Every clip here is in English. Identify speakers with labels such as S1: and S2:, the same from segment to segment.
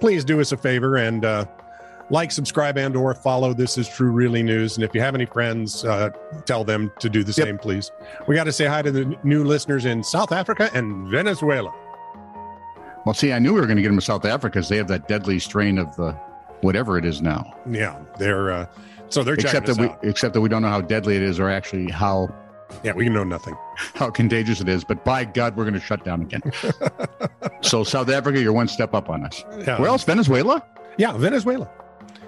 S1: please do us a favor and uh, like, subscribe, and or follow. This is True Really News. And if you have any friends, uh, tell them to do the
S2: Yep.
S1: same, please. We got to say hi to the new listeners in South Africa and Venezuela.
S2: Well, see, I knew we were going to get them to South Africa because they have that deadly strain of the whatever it is now.
S1: Yeah, they're uh, so they're checking
S2: Except that
S1: us
S2: we,
S1: out.
S2: except that we don't know how deadly it is, or actually how
S1: Yeah, we know nothing.
S2: how contagious it is. But by God, we're going to shut down again. so South Africa, you're one step up on us.
S1: Yeah,
S2: Where else? Venezuela?
S1: yeah, Venezuela,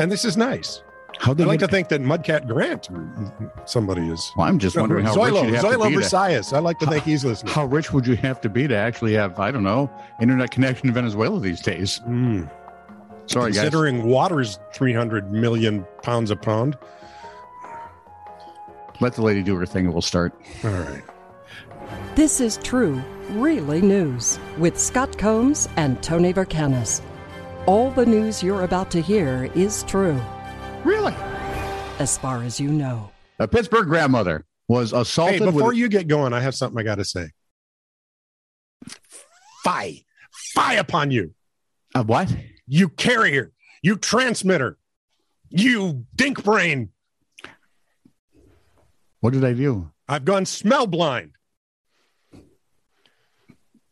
S1: and this is nice.
S2: How
S1: I
S2: they
S1: like to
S2: get-
S1: think that Mudcat Grant, somebody is.
S2: Well, I'm just wondering how rich
S1: Zoilo,
S2: you'd have to
S1: Zoilo
S2: be to-
S1: Versailles. I like to think he's listening.
S2: how rich would you have to be to actually have I don't know internet connection in Venezuela these days?
S1: Mm.
S2: Sorry, guys.
S1: considering water's 300 million pounds a pound.
S2: Let the lady do her thing, and we'll start.
S1: All right.
S3: This is true, really news with Scott Combs and Tony Vercanis. All the news you're about to hear is true,
S2: Really?
S3: as far as you know.
S2: A Pittsburgh grandmother was
S1: Hey,
S2: assaulted
S1: before
S2: with
S1: you get going, I have something I got to say. Fie. Fie upon you.
S2: a what?
S1: You carrier. You transmitter. You dink brain.
S2: What did I do?
S1: I've gone smell blind.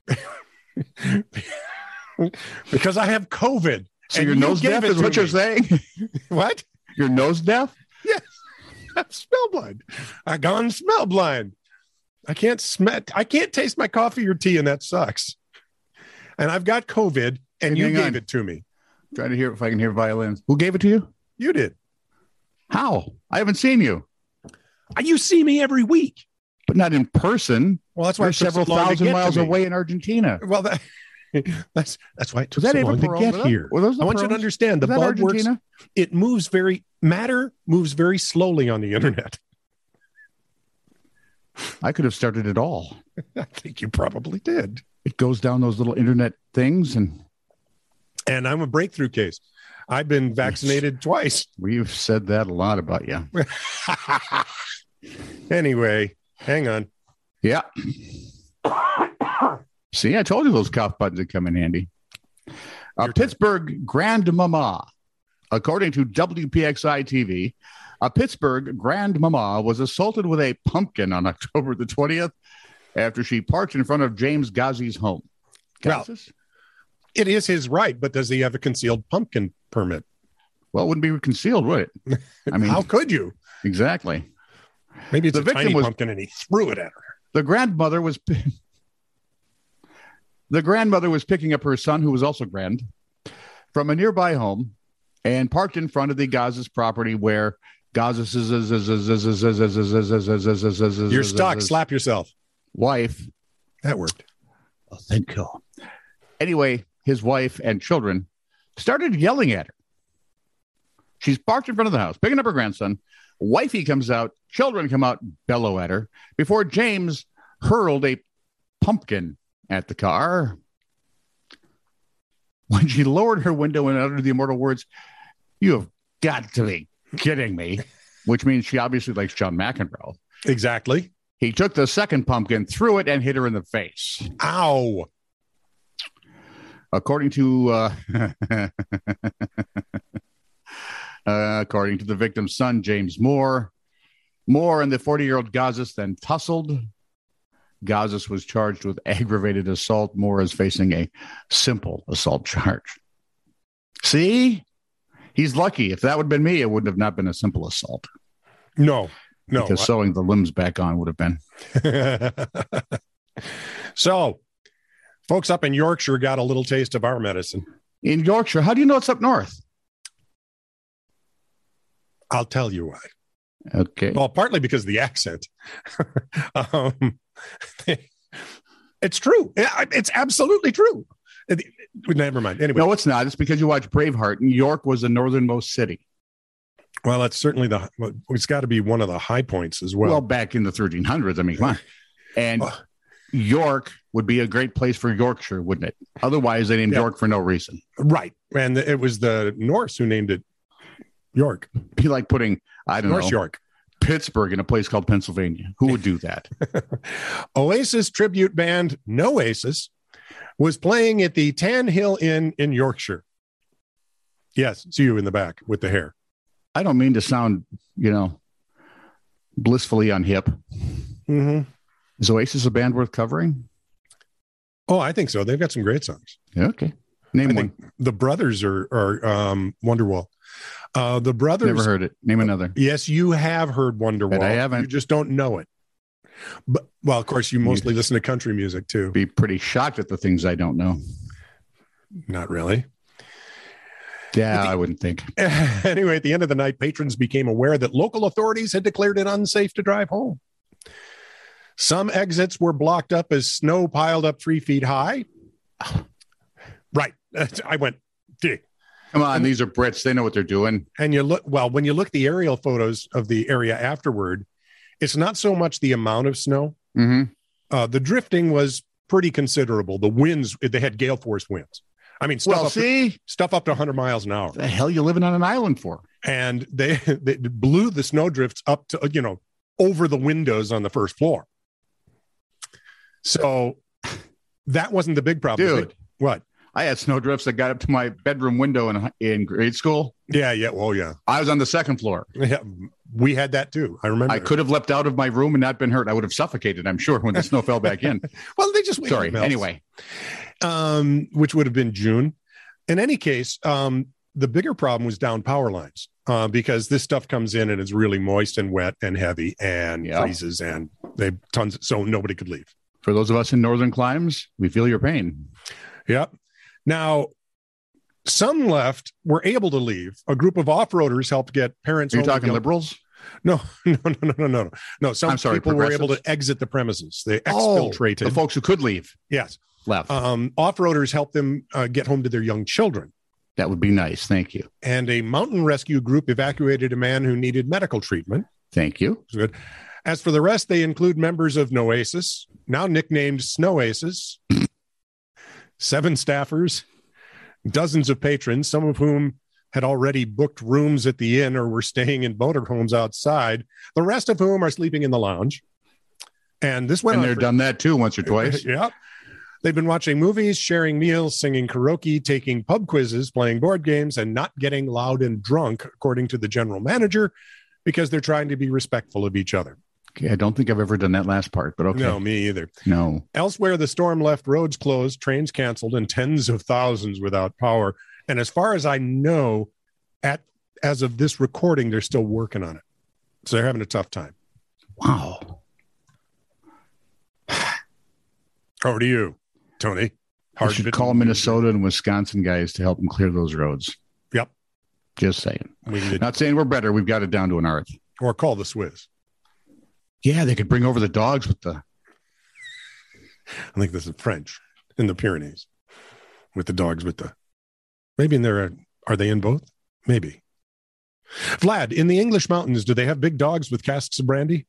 S1: because I have COVID.
S2: So
S1: and
S2: you're
S1: you
S2: nose
S1: gave
S2: deaf
S1: it
S2: is
S1: to
S2: what you're
S1: me.
S2: saying?
S1: What?
S2: You're nose deaf?
S1: I'm smell blind. I gone smell blind. I can't smell. I can't taste my coffee or tea, and that sucks. And I've got COVID, and
S2: Hey,
S1: you
S2: hang
S1: gave
S2: on.
S1: it to me.
S2: Trying to hear if I can hear violins. Who gave it to you?
S1: You did.
S2: How? I haven't seen you,
S1: Uh, You see me every week.
S2: but not in person.
S1: Well, that's why
S2: We're
S1: it took so
S2: several
S1: long to
S2: thousand
S1: get to
S2: miles
S1: me.
S2: away in Argentina.
S1: Well, that, that's that's why it took
S2: Was
S1: so
S2: that Eva
S1: long to
S2: Perón?
S1: get
S2: Was that-
S1: here.
S2: were those the
S1: I want you to
S2: Peróns?
S1: understand the
S2: Is that
S1: bulb works.
S2: Argentina?
S1: It moves very matter moves very slowly on the internet.
S2: I could have started it all.
S1: I think you probably did.
S2: It goes down those little internet things, and
S1: And I'm a breakthrough case. I've been vaccinated twice.
S2: we've said that a lot about you.
S1: Anyway, hang on.
S2: Yeah. See, I told you those cough buttons would come in handy. Uh,
S1: Your turn.
S2: Pittsburgh grandmama, according to WPXI TV, a Pittsburgh grandmama was assaulted with a pumpkin on October the 20th after she parked in front of James Ghazi's home.
S1: Well-
S2: Gazis?
S1: It is his right, but does he have a concealed pumpkin permit?
S2: well, it wouldn't be concealed, would it? I mean,
S1: How could you?
S2: exactly.
S1: Maybe it's
S2: The
S1: a
S2: victim
S1: tiny
S2: was-
S1: pumpkin and he threw it at her.
S2: The grandmother was the grandmother was picking up her son, who was also grand, from a nearby home, and parked in front of the Gaza's property where Gaza's
S1: You're stuck. Slap yourself.
S2: wife.
S1: That worked.
S2: Oh, thank you. Anyway, his wife and children started yelling at her. She's parked in front of the house, picking up her grandson. Wifey comes out, children come out, bellow at her before James hurled a pumpkin at the car. When she lowered her window and uttered the immortal words, You have got to be kidding me, which means she obviously likes John McEnroe.
S1: Exactly.
S2: He took the second pumpkin, threw it, and hit her in the face.
S1: Ow.
S2: According to uh, uh, according to the victim's son, James Moore, Moore and the 40-year-old Gazis then tussled. Gazis was charged with aggravated assault. Moore is facing a simple assault charge. See, he's lucky. If that would have been me, it would have not been a simple assault
S1: No, no.
S2: because sewing the limbs back on would have been.
S1: so, folks up in Yorkshire got a little taste of our medicine.
S2: In Yorkshire, how do you know it's up north?
S1: I'll tell you why.
S2: Okay,
S1: Well, partly because of the accent. um, it's true. I- It's absolutely true. It- Never mind. Anyway,
S2: no, it's not. It's because you watch Braveheart, and York was the northernmost city.
S1: Well, that's certainly the. well, It's got to be one of the high points as
S2: well,
S1: well.
S2: back in the 1300s. I mean, come on. And
S1: Oh.
S2: York would be a great place for Yorkshire, wouldn't it? Otherwise, they named
S1: Yeah.
S2: York for no reason.
S1: right, and it was the Norse who named it York,
S2: Be like putting, I don't
S1: Norse
S2: know,
S1: York.
S2: Pittsburgh in a place called Pennsylvania. Who would do that?
S1: Oasis tribute band Noasis was playing at the Tan Hill Inn in Yorkshire. Yes, it's you in the back with the hair.
S2: I don't mean to sound, you know, blissfully unhip.
S1: Mm-hmm.
S2: Is Oasis a band worth covering?
S1: Oh, I think so. They've got some great songs.
S2: Yeah, okay. Name
S1: I
S2: one.
S1: think the brothers are are um, Wonderwall. Uh, the brothers.
S2: Never heard it. Name another.
S1: Yes, you have heard Wonderwall.
S2: I haven't.
S1: You just don't know it. But well, of course, you mostly
S2: You-
S1: listen to country music too.
S2: Be pretty shocked at the things I don't know.
S1: Not really.
S2: Yeah,
S1: I
S2: I wouldn't think.
S1: anyway, at the end of the night, patrons became aware that local authorities had declared it unsafe to drive home. Some exits were blocked up as snow piled up three feet high. Right. I went, gee.
S2: Come on, these are Brits. They know what they're doing.
S1: And you look, well, when you look at the aerial photos of the area afterward, it's not so much the amount of snow.
S2: Mm-hmm.
S1: Uh, the drifting was pretty considerable. The winds, they had gale force winds. I mean, stuff,
S2: Well,
S1: up, to,
S2: see,
S1: stuff up to 100 miles an hour.
S2: the hell you living on an island for?
S1: and they, they blew the snowdrifts up to you know over the windows on the first floor. So that wasn't the big problem. The big-
S2: Dude,
S1: what?
S2: I had snowdrifts that got up to my bedroom window in, in grade school.
S1: Yeah, yeah. Oh, yeah.
S2: I was on the second floor.
S1: yeah. We had that too. I remember.
S2: I could have leapt out of my room and not been hurt. I would have suffocated, I'm sure, when the snow fell back in.
S1: Well, they just waited
S2: Sorry.
S1: till it melts.
S2: Anyway,
S1: um, which would have been June. In any case, um, the bigger problem was down power lines uh, because this stuff comes in and it's really moist and wet and heavy and
S2: Yeah.
S1: freezes and they tons. So nobody could leave.
S2: for those of us in northern climes, we feel your pain.
S1: Yep. Now, some left were able to leave. A group of off-roaders helped get parents.
S2: Are you
S1: only
S2: talking
S1: young-
S2: liberals?
S1: No, no, no, no, no, no, no. Some
S2: I'm sorry,
S1: people were able to
S2: progressives?
S1: exit the premises. They
S2: Oh,
S1: exfiltrated.
S2: The folks who could leave
S1: yes.
S2: left.
S1: Um, off-roaders helped them uh, get home to their young children.
S2: that would be nice. Thank you.
S1: And a mountain rescue group evacuated a man who needed medical treatment.
S2: Thank you.
S1: It was good. As for the rest, they include members of Noasis, now nicknamed Snowasis, seven staffers, dozens of patrons, some of whom had already booked rooms at the inn or were staying in motorhomes outside, the rest of whom are sleeping in the lounge. And this went
S2: and
S1: on
S2: they're
S1: for-
S2: done that too once or twice.
S1: yep. They've been watching movies, sharing meals, singing karaoke, taking pub quizzes, playing board games, and not getting loud and drunk, according to the general manager, because they're trying to be respectful of each other.
S2: Okay, I don't think I've ever done that last part, but okay.
S1: No, me either.
S2: No.
S1: Elsewhere, the storm left roads closed, trains canceled, and tens of thousands without power. And as far as I know, at as of this recording, they're still working on it. So they're having a tough time.
S2: Wow.
S1: Over to you, Tony.
S2: I should
S1: bit-
S2: call Minnesota and Wisconsin guys to help them clear those roads.
S1: Yep.
S2: Just saying.
S1: We need-
S2: Not saying we're better. We've got it down to an art.
S1: or call the Swiss.
S2: Yeah, they could bring over the dogs with the.
S1: I think this is French in the Pyrenees with the dogs with the maybe in there are they in both? Maybe. Vlad, in the English mountains, do they have big dogs with casks of brandy?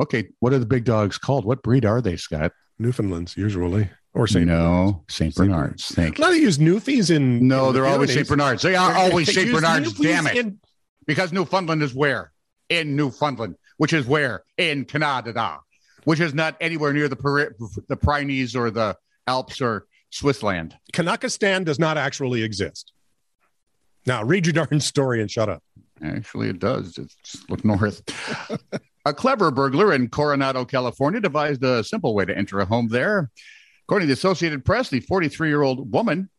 S2: Okay, what are the big dogs called? What breed are they, Scott?
S1: Newfoundlands usually, or Saint.
S2: no,
S1: Saint
S2: St. Bernards.
S1: A
S2: Thank you.
S1: lot of use Newfies in. in
S2: No,
S1: the
S2: they're always
S1: Pyrenees.
S2: St. Bernards. They are always
S1: They
S2: St.
S1: use
S2: Bernards.
S1: Newfies
S2: Damn it.
S1: in-
S2: Because Newfoundland is where? In Newfoundland, which is where? In Canada, which is not anywhere near the Pyre- the Pyrenees or the Alps or Swissland.
S1: Kanakistan does not actually exist. Now read your darn story and shut up.
S2: Actually, it does. It's look north. a clever burglar in Coronado, California, devised a simple way to enter a home there. According to the Associated Press, the 43 year old woman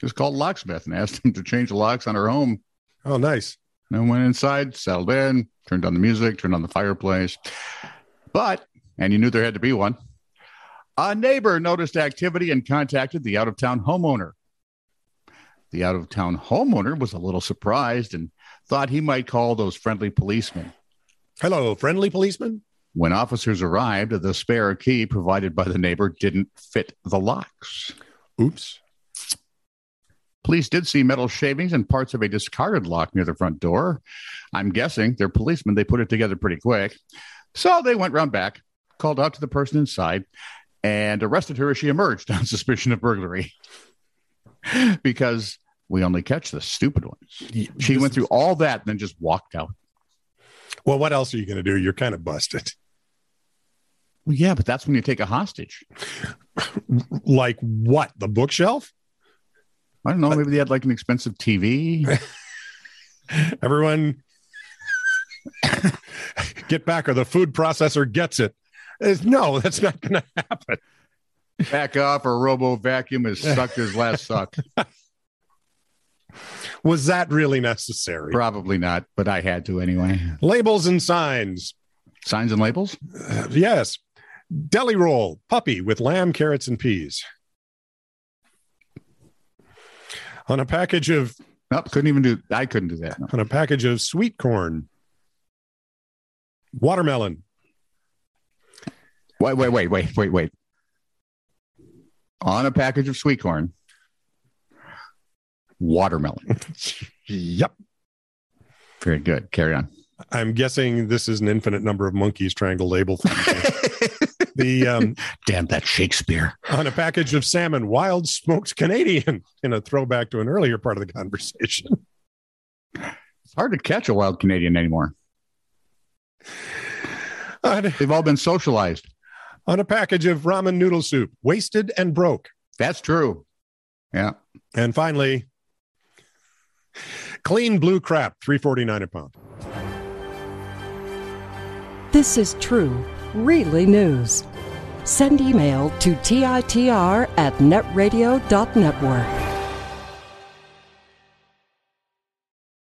S2: just called locksmith and asked him to change the locks on her home.
S1: Oh, nice.
S2: And then went inside, settled in, turned on the music, turned on the fireplace. But, and you knew there had to be one, a neighbor noticed activity and contacted the out of town homeowner. The out of town homeowner was a little surprised and thought he might call those friendly policemen.
S1: Hello, friendly policeman.
S2: When officers arrived, the spare key provided by the neighbor didn't fit the locks.
S1: Oops.
S2: Police did see metal shavings and parts of a discarded lock near the front door. I'm guessing they're policemen. They put it together pretty quick. So they went round back, called out to the person inside, and arrested her as she emerged on suspicion of burglary. because we only catch the stupid ones. She
S1: This
S2: went
S1: is-
S2: through all that and then just walked out.
S1: Well, what else are you going to do? You're kind of busted.
S2: Well, yeah, but that's when you take a hostage.
S1: like what? The bookshelf?
S2: I don't know. Maybe they had like an expensive TV.
S1: Everyone get back or the food processor gets it. It's- no, that's not going to happen.
S2: Back off, or Robo Vacuum has sucked his last suck.
S1: Was that really necessary?
S2: Probably not, but I had to anyway.
S1: Labels and signs.
S2: Signs and labels.
S1: Uh, yes. Deli roll, puppy with lamb, carrots, and peas. On a package of
S2: Nope, couldn't even do. I couldn't do that. No.
S1: on a package of sweet corn. Watermelon.
S2: Wait, wait, wait, wait, wait, wait. On a package of sweet corn, watermelon.
S1: Yep.
S2: Very good. Carry on.
S1: I'm guessing this is an infinite number of monkeys trying to label things. the um,
S2: Damn that Shakespeare.
S1: on a package of salmon, wild smoked Canadian, in a throwback to an earlier part of the conversation.
S2: It's hard to catch a wild Canadian anymore.
S1: On,
S2: They've all been socialized.
S1: on a package of ramen noodle soup, wasted and broke.
S2: That's true.
S1: And finally, clean blue crap, three forty nine a pound.
S3: This is true, really news. Send email to TITR at netradio.network.